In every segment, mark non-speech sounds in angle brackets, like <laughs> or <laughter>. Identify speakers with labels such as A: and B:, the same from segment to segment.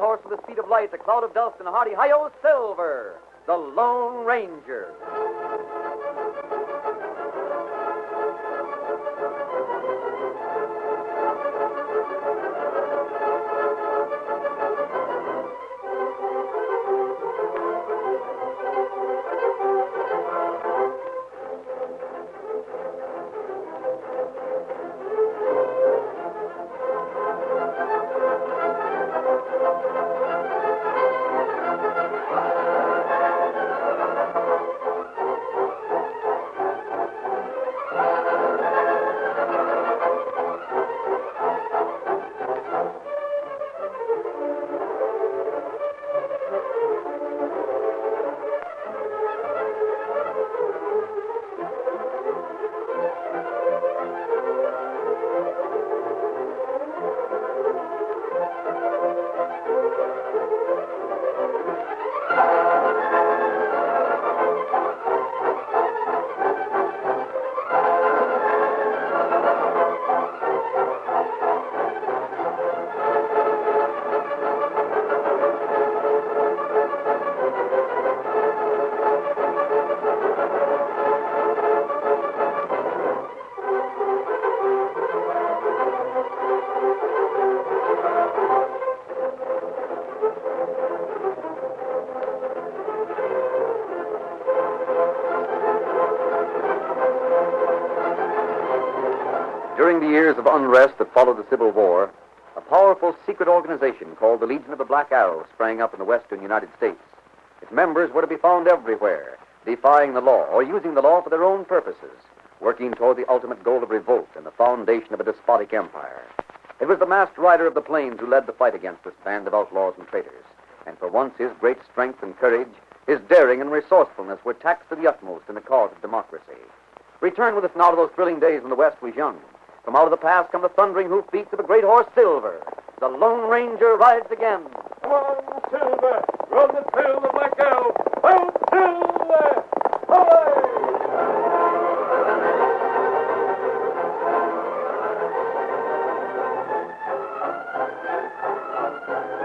A: horse with the speed of light, a cloud of dust, and a hearty hi-yo, Silver, the Lone Ranger. During the years of unrest that followed the Civil War, a powerful secret organization called the Legion of the Black Arrow sprang up in the western United States. Its members were to be found everywhere, defying the law or using the law for their own purposes, working toward the ultimate goal of revolt and the foundation of a despotic empire. It was the masked rider of the plains who led the fight against this band of outlaws and traitors, and for once his great strength and courage, his daring and resourcefulness were taxed to the utmost in the cause of democracy. Return with us now to those thrilling days when the West was young. From out of the past come the thundering hoofbeats of the great horse Silver. The Lone Ranger rides again.
B: Come on, Silver! Run the tail of the black arrow! Run, Silver! Away!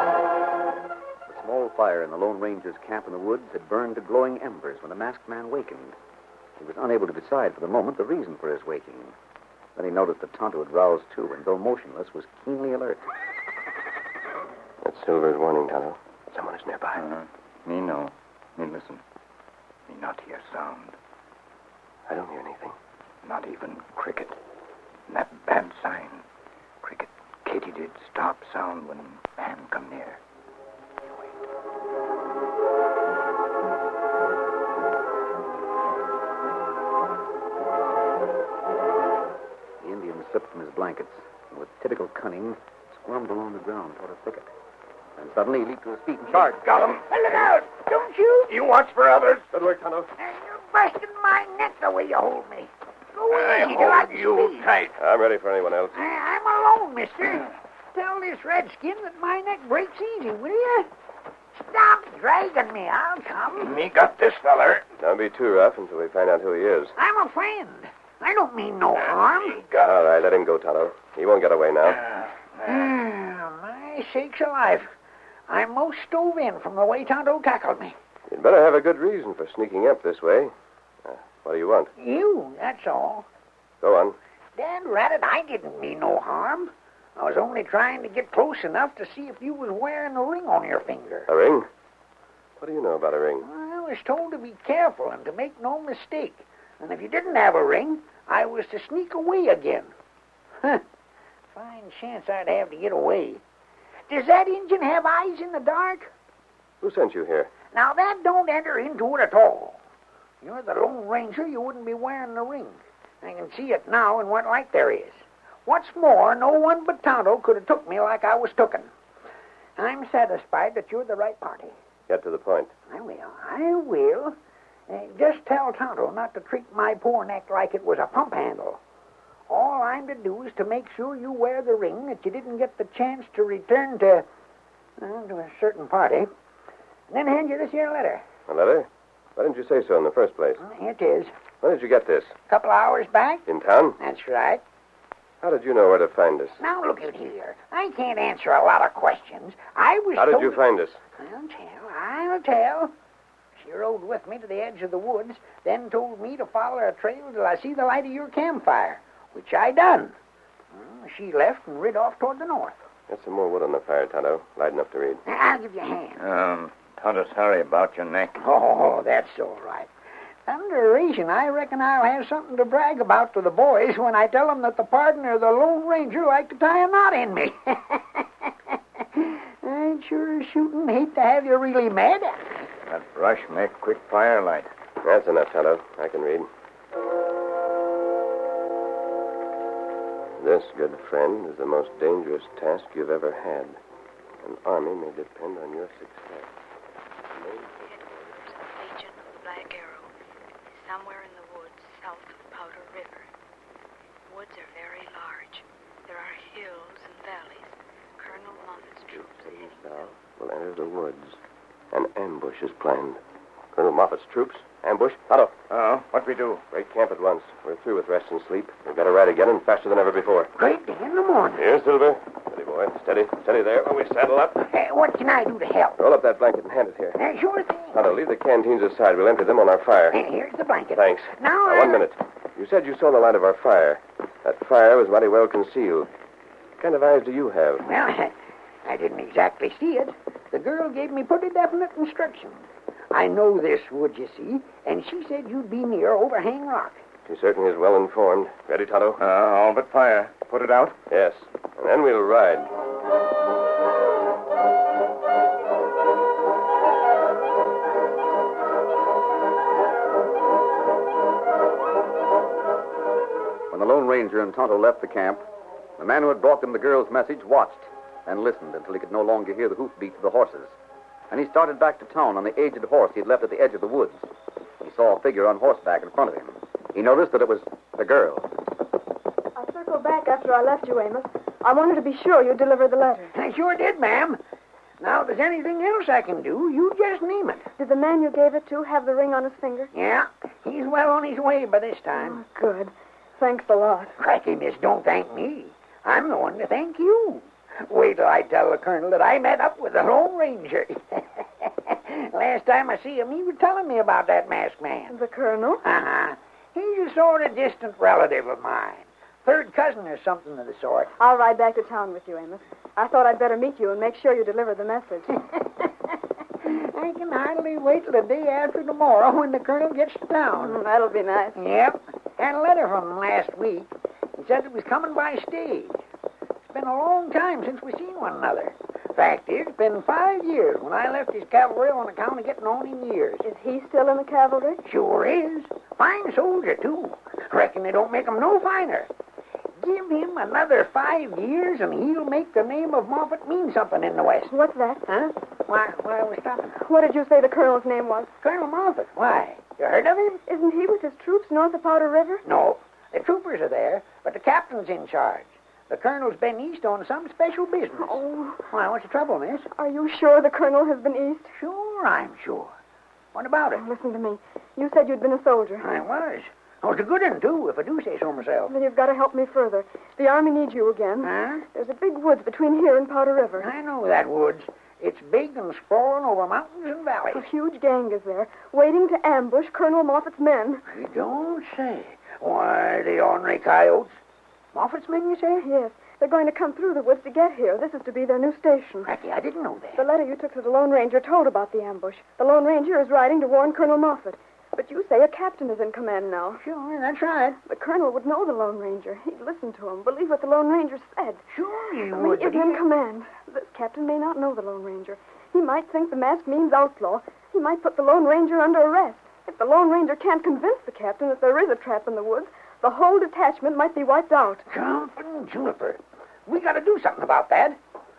A: The small fire in the Lone Ranger's camp in the woods had burned to glowing embers when the masked man wakened. He was unable to decide for the moment the reason for his waking. Then he noticed that Tonto had roused too, and though motionless, was keenly alert.
C: That's Silver's warning, Tonto. Someone is nearby.
D: Uh-huh. Me no. Me listen. Me not hear sound.
C: I don't hear anything.
D: Not even cricket. And that bad sign. Cricket. Katy did stop sound when man come near.
A: The Indian slipped from his blankets and, with typical cunning, squirmed along the ground toward a thicket. And suddenly he leaped to his feet and charged.
E: Got him. Look out! Don't shoot!
D: You watch for others.
B: Good work, Tonto.
E: You're busting my neck the way you hold me. Go away
D: I
E: till I
D: hold
E: can
D: you
E: speak.
D: tight.
C: I'm ready for anyone else.
E: I- I'm alone, mister. Tell this redskin that my neck breaks easy, will you? Stop dragging me. I'll come.
D: Me got this feller.
C: Don't be too rough until we find out who he is.
E: I'm a friend. I don't mean no
D: Me
E: harm.
D: got.
C: All right, let him go, Tonto. He won't get away now.
E: Ah, my sakes alive. I'm most stove in from the way Tonto tackled me.
C: You'd better have a good reason for sneaking up this way. Uh, what do you want?
E: You, that's all.
C: Go on.
E: Dad Ratted, I didn't mean no harm. I was only trying to get close enough to see if you was wearing a ring on your finger.
C: A ring? What do you know about a ring?
E: I was told to be careful and to make no mistake. And if you didn't have a ring, I was to sneak away again. Huh. Fine chance I'd have to get away. Does that engine have eyes in the dark?
C: Who sent you here?
E: Now, that don't enter into it at all. You're the Lone Ranger, you wouldn't be wearing the ring. I can see it now in what light there is. What's more, no one but Tonto could have took me like I was tooken. I'm satisfied that you're the right party.
C: Get to the point.
E: I will, I will. Uh, just tell Tonto not to treat my poor neck like it was a pump handle. All I'm to do is to make sure you wear the ring that you didn't get the chance to return to, well, to a certain party. And then hand you this here letter.
C: A letter? Why didn't you say so in the first place?
E: Here it is.
C: When did you get this?
E: A couple hours back?
C: In town?
E: That's right.
C: How did you know where to find us?
E: Now look at here. I can't answer a lot of questions. I was.
C: How did
E: told-
C: you find us?
E: I'll tell. I'll tell. She rode with me to the edge of the woods, then told me to follow her trail till I see the light of your campfire, which I done. Mm, She left and rid off toward the north.
C: That's some more wood on the fire, Tonto. Light enough to read.
E: Now, I'll give you a hand.
D: Um, Tonto, sorry about your neck.
E: Oh, that's all right. Under reason, I reckon I'll have something to brag about to the boys when I tell them that the partner of the Lone Ranger like to tie a knot in me. <laughs> I'd sure as shooting hate to have you really mad.
D: That brush make quick firelight.
C: That's enough, Tonto. I can read. This, good friend, is the most dangerous task you've ever had. An army may depend on your success.
F: Headquarters of Legion of the Black Arrow is somewhere in the woods south of Powder River. Woods are very large. There are hills and valleys. Colonel Moffat's troops are heading
C: Now, we'll enter the woods. An ambush is planned. Colonel Moffat's troops? Ambush? Tonto,
D: Oh, what we do?
C: break camp at once. We're through with rest and sleep. We've got to ride again and faster than ever before.
E: Great day in the morning.
C: Here, Silver. Steady, boy. Steady. Steady there. While we saddle up.
E: Hey, what can I do to help?
C: Roll up that blanket and hand it here.
E: Uh, sure thing.
C: Tonto, leave the canteens aside. We'll empty them on our fire.
E: Hey, uh, here's the blanket.
C: Thanks.
E: Now,
C: Now,
E: I'll-
C: one minute. You said you saw the light of our fire. That fire was mighty well concealed. What kind of eyes do you have?
E: Well, <laughs> I didn't exactly see it. The girl gave me pretty definite instructions. I know this wood, you see, and she said you'd be near Overhang Rock.
C: She certainly is well informed. Ready, Tonto?
D: Uh, all but fire. Put it out.
C: Yes. And then we'll ride.
A: When the Lone Ranger and Tonto left the camp, the man who had brought them the girl's message watched and listened until he could no longer hear the hoofbeats of the horses. And he started back to town on the aged horse he had left at the edge of the woods. He saw a figure on horseback in front of him. He noticed that it was the girl.
G: I circled back after I left you, Amos. I wanted to be sure you delivered the letter.
E: I sure did, ma'am. Now, if there's anything else I can do, you just name it.
G: Did the man you gave it to have the ring on his finger?
E: Yeah, he's well on his way by this time.
G: Oh, good. Thanks a lot.
E: Cracky, Oh, miss, don't thank me. I'm the one to thank you. Wait till I tell the colonel that I met up with the Lone Ranger. <laughs> Last time I see him, he was telling me about that masked man.
G: The colonel?
E: Uh-huh. He's a sort of distant relative of mine. Third cousin or something of the sort.
G: I'll ride back to town with you, Amos. I thought I'd better meet you and make sure you deliver the <laughs> message.
E: I can hardly wait till the day after tomorrow when the colonel gets to town.
G: Mm, That'll be nice.
E: Yep. Had a letter from him last week. He said it was coming by stage. It's been a long time since we've seen one another. Fact is, it's been five years when I left his cavalry on account of getting on in years.
G: Is he still in the cavalry?
E: Sure is. Fine soldier, too. Reckon they don't make him no finer. Give him another five years and he'll make the name of Moffat mean something in the West.
G: What's that?
E: Huh? Why, why are we stopping?
G: What did you say the colonel's name was?
E: Colonel Moffat, why? You heard of him?
G: Isn't he with his troops north of Powder River?
E: No. The troopers are there, but the captain's in charge. The colonel's been east on some special business.
G: Oh,
E: Why, what's the trouble, miss?
G: are you sure the colonel has been east?
E: Sure, I'm sure. What about it?
G: Oh, listen to me. You said you'd been a soldier.
E: I was. I was a good one, too, if I do say so myself.
G: Then you've got to help me further. The army needs you again.
E: Huh?
G: There's a big woods between here and Powder River.
E: I know that woods. It's big and sprawling over mountains and
G: A
E: valleys.
G: huge gang is there, waiting to ambush Colonel Moffat's men.
E: You don't say. Why, the ornery coyotes. Moffat's men, you say?
G: Yes, they're going to come through the woods to get here. This is to be their new station.
E: Cracky, I didn't know
G: The
E: that.
G: letter you took to the Lone Ranger told about the ambush. The Lone Ranger is riding to warn Colonel Moffat. But you say a captain is in command now.
E: Sure, that's right.
G: The colonel would know the Lone Ranger. He'd listen to him, believe what the Lone Ranger said.
E: Sure you
G: I
E: would.
G: mean, he
E: but
G: is in command. This captain may not know the Lone Ranger. He might think the mask means outlaw. He might put the Lone Ranger under arrest. If the Lone Ranger can't convince the captain that there is a trap in the woods, the whole detachment might be wiped out.
E: Jumping juniper. We gotta do something about that.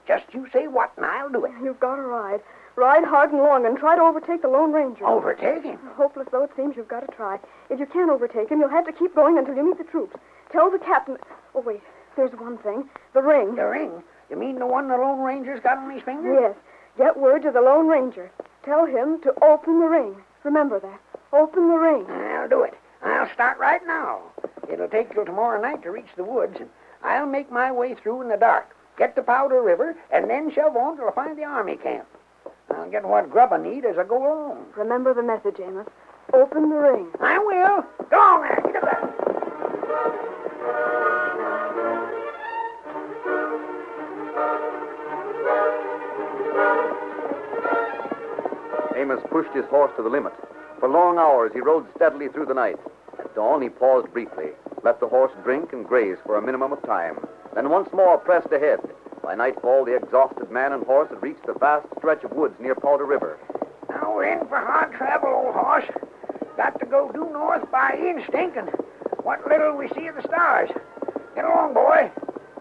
E: Just you say what and I'll do it.
G: You've got to ride. Ride hard and long and try to overtake the Lone Ranger.
E: Overtake him.
G: Hopeless though it seems, you've got to try. If you can't overtake him, you'll have to keep going until you meet the troops. Tell the captain. Oh, wait. There's one thing. The ring.
E: The ring. You mean the one the Lone Ranger's got on his finger?
G: Yes. Get word to the Lone Ranger. Tell him to open the ring. Remember that. Open the ring.
E: I'll do it. I'll start right now. It'll take till tomorrow night to reach the woods. I'll make my way through in the dark, get to Powder River, and then shove on till I find the army camp. I'll get what grub I need as I go along.
G: Remember the message, Amos. Open the ring.
E: I will. Go on there. Get up there.
A: Amos pushed his horse to the limit. For long hours, he rode steadily through the night. At dawn, he paused briefly, let the horse drink and graze for a minimum of time, then once more pressed ahead. By nightfall, the exhausted man and horse had reached the vast stretch of woods near Powder River.
E: Now we're in for hard travel, old horse. Got to go due north by instinct and what little we see of the stars. Get along, boy.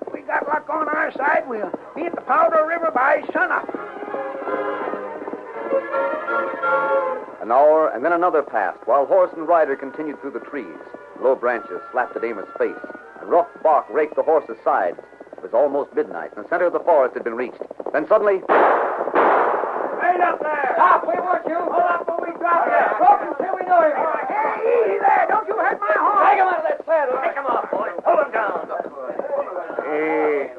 E: If we got luck on our side, we'll be at the Powder River by sunup.
A: An hour and then another passed while horse and rider continued through the trees. Low branches slapped at Amos' face, and rough bark raked the horse's sides. It was almost midnight, and the center of the forest had been reached. Then suddenly,
B: Right up there!
E: Stop, we want you. Hold up when we drop you. Rope until we know him. Hey, easy there. Don't you hurt my horse. Take him out of that saddle. Take him off, boy. Hold him down.
H: Hey,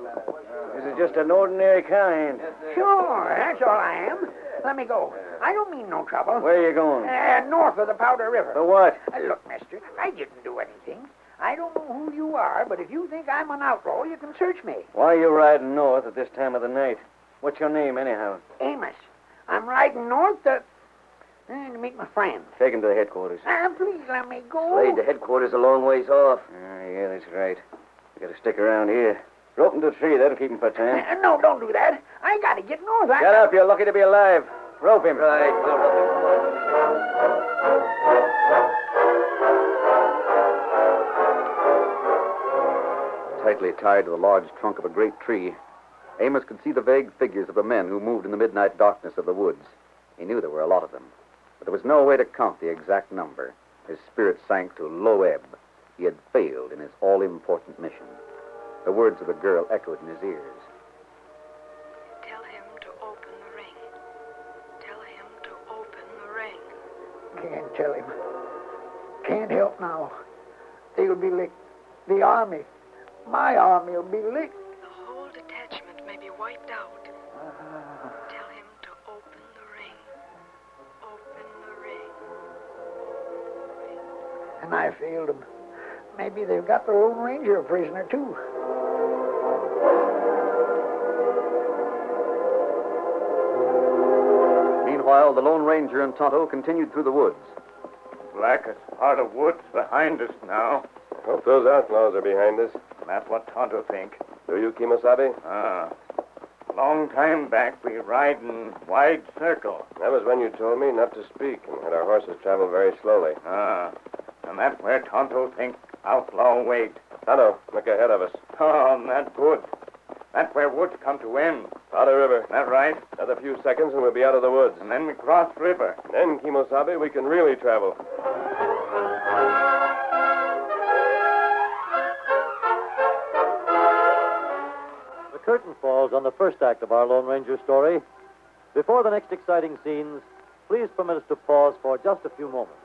H: this is just an ordinary cowhand.
E: Sure, that's all I am. Let me go. I don't mean no trouble.
H: Where are you going?
E: Uh, north of the Powder River.
H: For what?
E: Uh, Look, mister, I didn't do anything. I don't know who you are, but if you think I'm an outlaw, you can search me.
H: Why are you riding north at this time of the night? What's your name, anyhow?
E: Amos, I'm riding north to, uh, to meet my friend.
H: Take him to the headquarters.
E: Ah, please let me go.
H: Laid to headquarters a long ways off. Ah, yeah, that's right. We gotta stick around here. Rope him to a tree, that'll keep him for time.
E: Uh, no, don't do that. I gotta get north. I...
H: Shut up, you're lucky to be alive. Rope him. Right,
A: tightly tied to the large trunk of a great tree, Amos could see the vague figures of the men who moved in the midnight darkness of the woods. He knew there were a lot of them, but there was no way to count the exact number. His spirit sank to low ebb. He had failed in his all important mission. The words of the girl echoed in his ears.
F: Tell him to open the ring. Tell him to open the ring.
E: Can't tell him. Can't help now. They'll be licked. The army. My army will be licked.
F: The whole detachment may be wiped out. Tell him to open the ring. Open the ring.
E: And I failed them. Maybe they've got the Lone Ranger prisoner, too.
A: Meanwhile, the Lone Ranger and Tonto continued through the woods.
B: Blackest part of woods behind us now.
C: Hope those outlaws are behind us.
B: That's what Tonto think.
C: Do you, Kimosabe?
B: Ah. Long time back, we ride in wide circle.
C: That was when you told me not to speak and had our horses travel very slowly.
B: Ah. And that's where Tonto think outlaw wait.
C: Tonto, look ahead of us.
B: Oh, that woods. That's where woods come to end.
C: Powder River.
B: That right?
C: Another few seconds and we'll be out of the woods.
B: And then we cross river.
C: Then, Kimosabe, we can really travel.
I: The curtain falls on the first act of our Lone Ranger story. Before the next exciting scenes, please permit us to pause for just a few moments.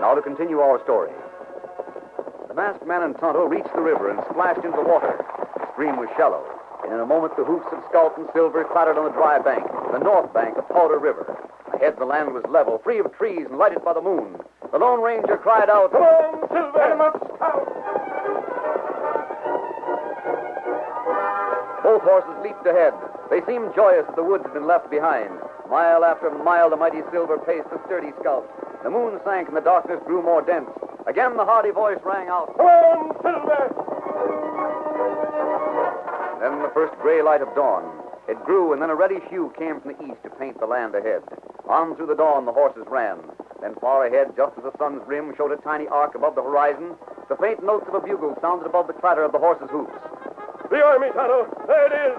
A: Now to continue our story. The masked man and Tonto reached the river and splashed into the water. The stream was shallow, and in a moment the hoofs of Sculp and Silver clattered on the dry bank, the north bank of Powder River. Ahead the land was level, free of trees and lighted by the moon. The Lone Ranger cried out,
B: Come on, Silver! Get him up, scout!
A: Both horses leaped ahead. They seemed joyous that the woods had been left behind. Mile after mile, the mighty silver paced the sturdy scout. The moon sank and the darkness grew more dense. Again, the hearty voice rang out.
B: Come on, Silver!
A: Then the first gray light of dawn. It grew, and then a reddish hue came from the east to paint the land ahead. On through the dawn, the horses ran. Then far ahead, just as the sun's rim showed a tiny arc above the horizon, the faint notes of a bugle sounded above the clatter of the horses' hoofs.
C: The army, Tonto! There it is!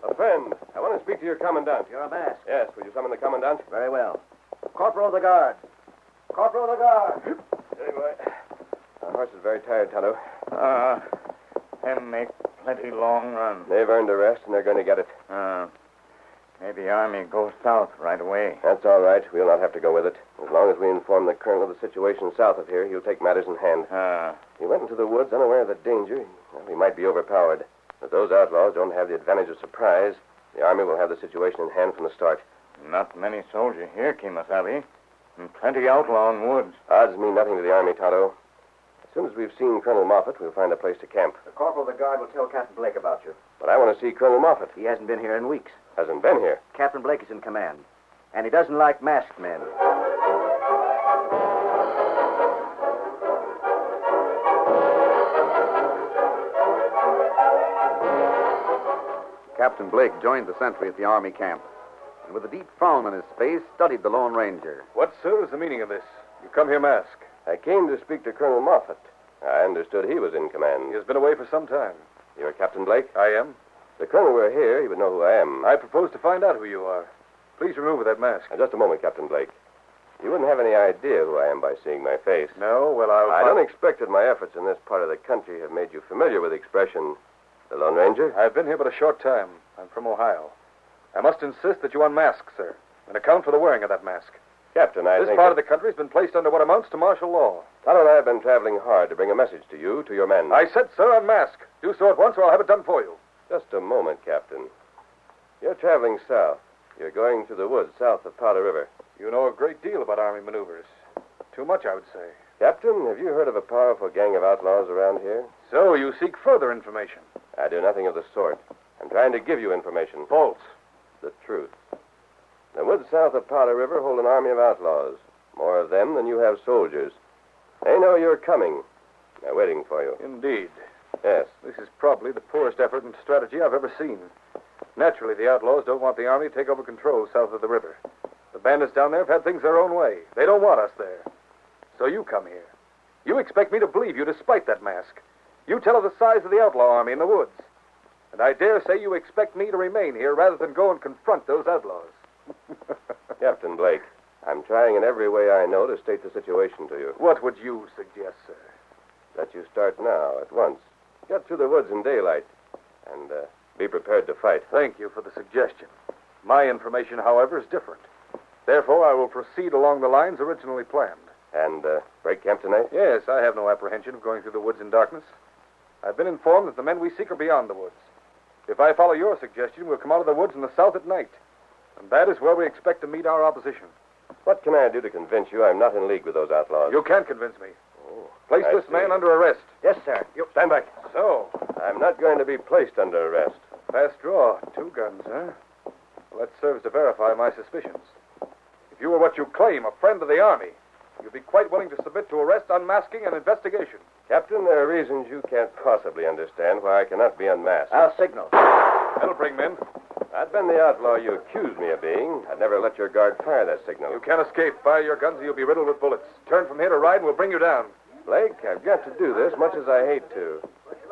C: to your commandant.
H: You're a mask.
C: Yes, will you summon the commandant?
H: Very well. Corporal of the guard. Corporal of the guard.
C: Anyway. Our horse is very tired, Tonto.
D: Uh, and make plenty long run.
C: They've earned a rest, and they're going to get it.
D: Uh, maybe Army goes south right away.
C: That's all right. We'll not have to go with it. As long as we inform the colonel of the situation south of here, he'll take matters in hand.
D: Uh,
C: He went into the woods unaware of the danger. Well, he might be overpowered. But those outlaws don't have the advantage of surprise. The army will have the situation in hand from the start.
D: not many soldiers here, Kimasabi. And plenty outlaw in woods.
C: Odds mean nothing to the army, Tonto. As soon as we've seen Colonel Moffat, we'll find a place to camp.
H: The corporal of the guard will tell Captain Blake about you.
C: But I want to see Colonel Moffat.
H: He hasn't been here in weeks.
C: Hasn't been here.
H: Captain Blake is in command, and he doesn't like masked men.
A: Captain Blake joined the sentry at the Army camp, and with a deep frown on his face, studied the Lone Ranger.
B: What, sir, is the meaning of this? You come here masked.
C: I came to speak to Colonel Moffat. I understood he was in command.
B: He has been away for some time.
C: You're Captain Blake?
B: I am.
C: The Colonel were here, he would know who I am.
B: I propose to find out who you are. Please remove that mask.
C: Now, just a moment, Captain Blake. You wouldn't have any idea who I am by seeing my face.
B: No, well, I'll.
C: I don't expect that my efforts in this part of the country have made you familiar with the expression, the Lone Ranger.
B: I've been here but a short time. I'm from Ohio. I must insist that you unmask, sir, and account for the wearing of that mask.
C: Captain, I
B: this
C: think
B: part of
C: that-
B: the country has been placed under what amounts to martial law.
C: Tonto and I have been traveling hard to bring a message to you, to your men.
B: I said, sir, unmask. Do so at once, or I'll have it done for you.
C: Just a moment, Captain. You're traveling south. You're going through the woods south of Powder River.
B: You know a great deal about army maneuvers. Too much, I would say.
C: Captain, have you heard of a powerful gang of outlaws around here?
B: So you seek further information.
C: I do nothing of the sort. I'm trying to give you information.
B: False.
C: The truth. The woods south of Powder River hold an army of outlaws. More of them than you have soldiers. They know you're coming. They're waiting for you.
B: Indeed.
C: Yes.
B: This is probably the poorest effort and strategy I've ever seen. Naturally, the outlaws don't want the army to take over control south of the river. The bandits down there have had things their own way. They don't want us there. So you come here. You expect me to believe you despite that mask. You tell of the size of the outlaw army in the woods. And I dare say you expect me to remain here rather than go and confront those outlaws.
C: Captain Blake, I'm trying in every way I know to state the situation to you.
B: What would you suggest, sir?
C: That you start now, at once. Get through the woods in daylight. And uh, be prepared to fight.
B: Thank you for the suggestion. My information, however, is different. Therefore, I will proceed along the lines originally planned.
C: And uh, break camp tonight?
B: Yes, I have no apprehension of going through the woods in darkness. I've been informed that the men we seek are beyond the woods. If I follow your suggestion, we'll come out of the woods in the south at night. And that is where we expect to meet our opposition.
C: What can I do to convince you I'm not in league with those outlaws?
B: You can't convince me.
C: Oh,
B: Place
C: I
B: this
C: see.
B: man under arrest.
H: Yes, sir.
B: You stand back. So,
C: I'm not going to be placed under arrest.
B: fast draw. Two guns, huh? Well, that serves to verify my suspicions. If you were what you claim, a friend of the army, you'd be quite willing to submit to arrest, unmasking, and investigation.
C: Captain, there are reasons you can't possibly understand why I cannot be unmasked.
H: I'll signal.
B: That'll bring men.
C: I've been the outlaw you accuse me of being. I'd never let your guard fire that signal.
B: You can't escape. Fire your guns or you'll be riddled with bullets. Turn from here to ride and we'll bring you down.
C: Blake, I've got to do this much as I hate to.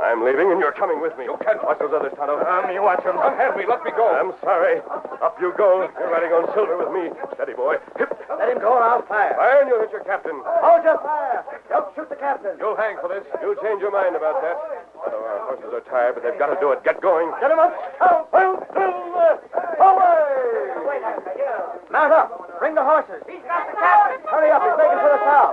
C: I'm leaving, and you're coming with me.
B: You can't.
C: Watch those others, Tonto.
B: Um, you watch 'em. Unhand me. Let me go.
C: I'm sorry. Up you go. You're riding on silver with me. Steady, boy. Hip.
H: Let him go, or I'll fire.
C: Fire, and you'll hit your captain.
H: Hold your fire. Don't shoot the captain.
B: You'll hang for this.
C: You'll change your mind about that. Tonto, our horses are tired, but they've got to do it. Get going. Get him up.
H: Mount up. Bring the horses. He's got the captain. Hurry up. He's making for the south.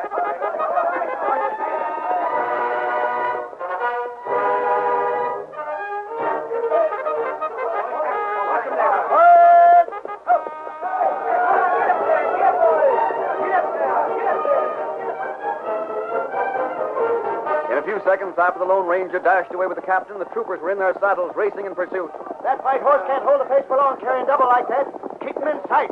A: In a few seconds after the Lone Ranger dashed away with the captain, the troopers were in their saddles, racing in pursuit.
H: That white horse can't hold a pace for long carrying double like that. Keep him in sight.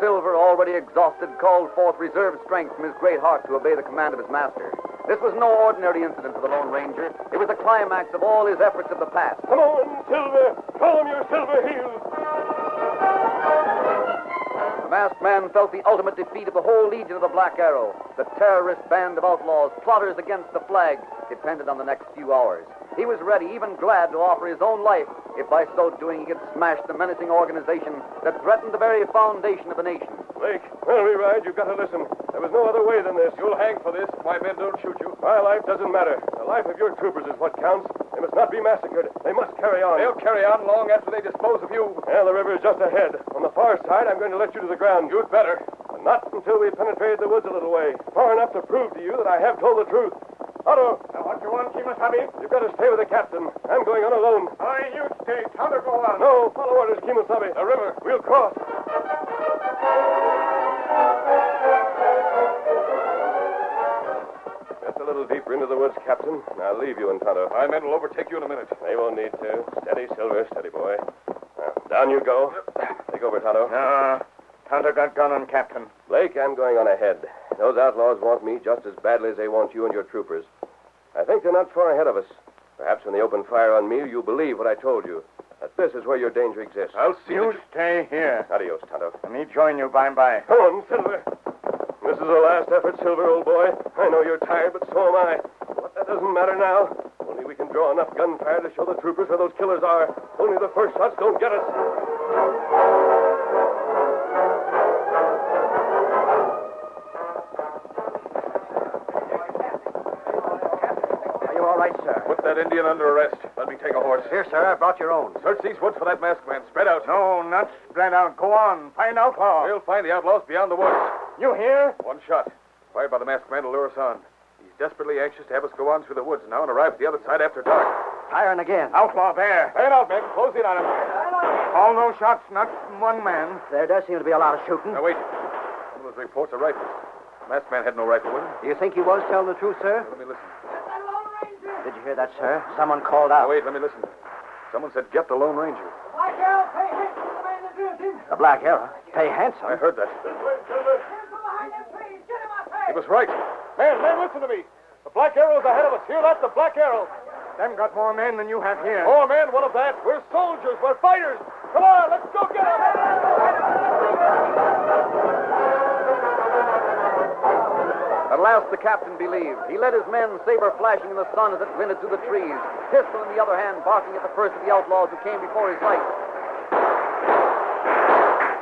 A: Silver, already exhausted, called forth reserve strength from his great heart to obey the command of his master. This was no ordinary incident for the Lone Ranger. It was the climax of all his efforts of the past.
C: Come on, Silver. Calm your silver heels.
A: The masked man felt the ultimate defeat of the whole Legion of the Black Arrow. The terrorist band of outlaws, plotters against the flag, depended on the next few hours. He was ready, even glad, to offer his own life if by so doing he could smash the menacing organization that threatened the very foundation of the nation.
C: Blake, well, we ride. You've got to listen. There was no other way than this.
B: You'll hang for this if my men don't shoot you.
C: My life doesn't matter. The life of your troopers is what counts. They must not be massacred. They must carry on.
B: They'll carry on long after they dispose of you.
C: Yeah, the river is just ahead. On the far side, I'm going to let you to the ground.
B: You'd better.
C: But not until we've penetrated the woods a little way. Far enough to prove to you that I have told the truth. Otto!
B: Now, what you want, Kimasabi?
C: You've got to stay with the captain. I'm going on alone.
B: I, you stay. Counter go on.
C: No, follow orders, Kimasabi.
B: The river.
C: We'll cross. Just a little deeper into the woods, Captain. and I'll leave you in Tonto.
B: My men will overtake you in a minute.
C: They won't need to. Steady, Silver. Steady, boy. Now, down you go. Take over, Tonto.
B: No. Tonto got gun on Captain.
C: Blake, I'm going on ahead. Those outlaws want me just as badly as they want you and your troopers. I think they're not far ahead of us. Perhaps when they open fire on me, you'll believe what I told you. That this is where your danger exists.
B: I'll see you.
J: Stay here.
C: Adios, Tonto.
J: Let me join you by and by.
C: Come on, Silver. This is the last effort, Silver, old boy. I know you're tired, but so am I. But that doesn't matter now. Only we can draw enough gunfire to show the troopers where those killers are. Only the first shots don't get us.
J: Are you all right, sir?
B: Put that Indian under arrest. Let me take a horse.
J: Here, sir, I brought your own.
B: Search these woods for that masked man. Spread out.
J: No, not spread out. Go on. Find outlaw.
B: We'll find the outlaws beyond the woods.
J: You hear?
B: One shot. Fired by the masked man to lure us on. He's desperately anxious to have us go on through the woods now and arrive at the other side after dark.
J: Firing again. Outlaw there.
B: Hang out, men. Close in on him.
J: All those shots, not from one man.
H: There does seem to be a lot of shooting.
B: Now, wait. One of those reports are rifles. The masked man had no rifle with him.
H: Do you think he was telling the truth, sir?
B: Let me listen.
H: Did you hear that, sir? Someone called out.
B: Now, wait. Let me listen. Someone said, get the Lone Ranger.
H: The Black Arrow. Pay handsome.
B: I heard that. He was right.
J: Man, man, listen to me. The Black Arrow's ahead of us. Hear that? The Black Arrow. Them got more men than you have here.
B: Four men, one of that. We're soldiers. We're fighters. Come on, let's go get him.
A: At last, the captain believed. He led his men, saber flashing in the sun as it glinted through the trees, pistol in the other hand, barking at the first of the outlaws who came before his light.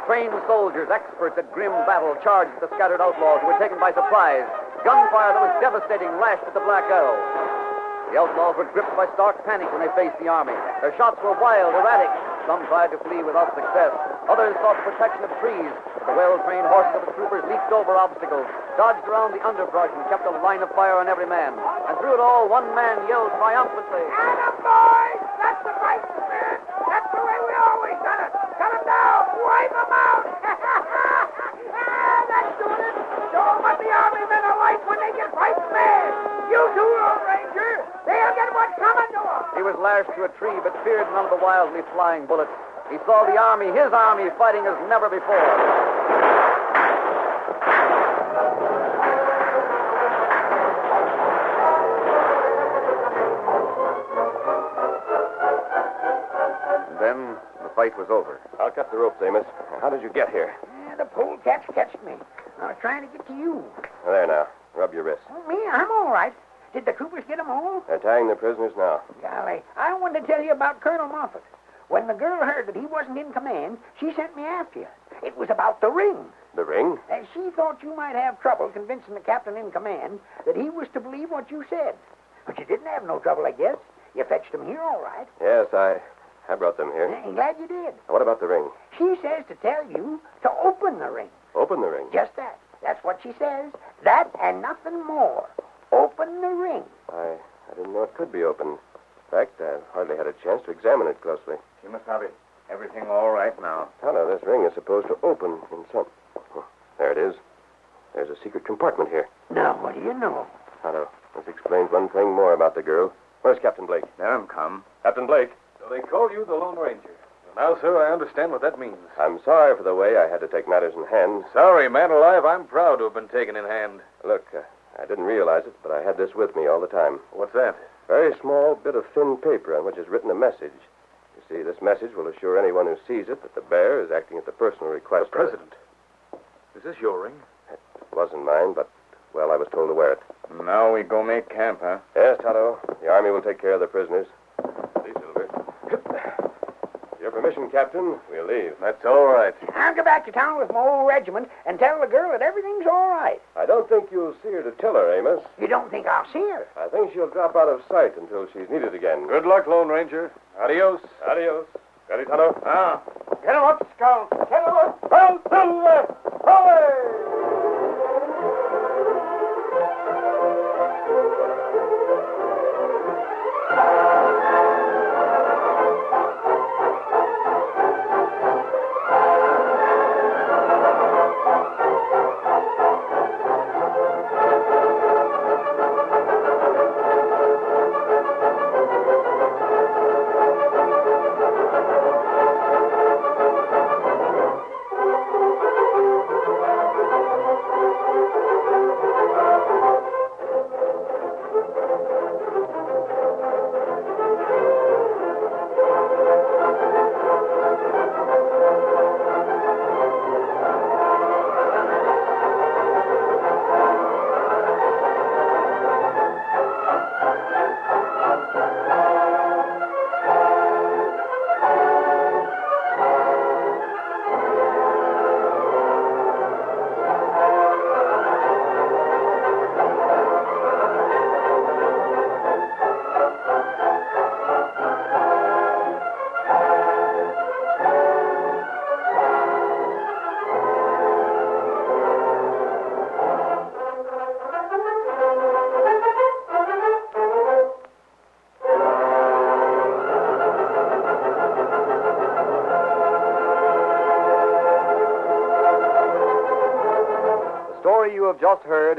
A: Trained soldiers, experts at grim battle, charged at the scattered outlaws who were taken by surprise. Gunfire that was devastating lashed at the Black Arrow. The outlaws were gripped by stark panic when they faced the army. Their shots were wild, erratic. Some tried to flee without success. Others sought protection of trees. The well-trained horses of the troopers leaped over obstacles, dodged around the underbrush, and kept a line of fire on every man. And through it all, one man yelled triumphantly.
E: boys! That's the fight, man! That's the way we always done it! Cut 'em down! Wipe 'em out! ah, that's doing it! Don't let the army men alight when they get fighting mad! You two, Lone Ranger! They'll get what's coming to 'em.
A: He was lashed to a tree, but feared none of the wildly flying bullets. He saw the army, his army, fighting as never before. And Then the fight was over.
C: I'll cut the rope, Amos. How did you get here?
E: Yeah, the polecats catched me. I was trying to get to you.
C: There now. Rub your wrist.
E: Me, I'm all right. Did the troopers get 'em all?
C: They're tying the prisoners now.
E: Golly, I wanted to tell you about Colonel Moffat. When the girl heard that he wasn't in command, she sent me after you. It was about the ring.
C: The ring?
E: Uh, she thought you might have trouble convincing the captain in command that he was to believe what you said. But you didn't have no trouble, I guess. You fetched him here all right.
C: Yes, I, I brought them here.
E: I'm glad you did.
C: What about the ring?
E: She says to tell you to open the ring.
C: Open the ring.
E: Just that. That's what she says. That and nothing more. Open the ring.
C: I, I didn't know it could be opened. In fact, I've hardly had a chance to examine it closely.
J: You must have it. Everything all right now.
C: Tonto, this ring is supposed to open in some. Oh, there it is. There's a secret compartment here.
E: Now, what do you know?
C: Tonto, this explains one thing more about the girl. Where's Captain Blake?
J: Let 'em come.
C: Captain Blake.
B: So they call you the Lone Ranger. Now, sir, I understand what that means.
C: I'm sorry for the way I had to take matters in hand.
B: Sorry, man alive. I'm proud to have been taken in hand.
C: Look, uh, I didn't realize it, but I had this with me all the time.
B: What's that?
C: Very small bit of thin paper on which is written a message. You see, this message will assure anyone who sees it that the bearer is acting at the personal request.
B: President. Is this your ring?
C: of it. It wasn't mine, but Well, I was told to wear it.
B: Now we go make camp, huh?
C: Yes, Tonto. The Army will take care of the prisoners. See, Silver. Your permission, Captain, we'll leave.
B: That's all right.
E: I'll go back to town with my old regiment and tell the girl that everything's all right.
C: I don't think you'll see her to tell her, Amos.
E: You don't think I'll see her?
C: I think she'll drop out of sight until she's needed again.
B: Good luck, Lone Ranger. Adios.
C: Adios. Ready, Tonto?
B: Ah.
K: Get him up, Scout. Get him up. Well, Silver.
A: The story you have just heard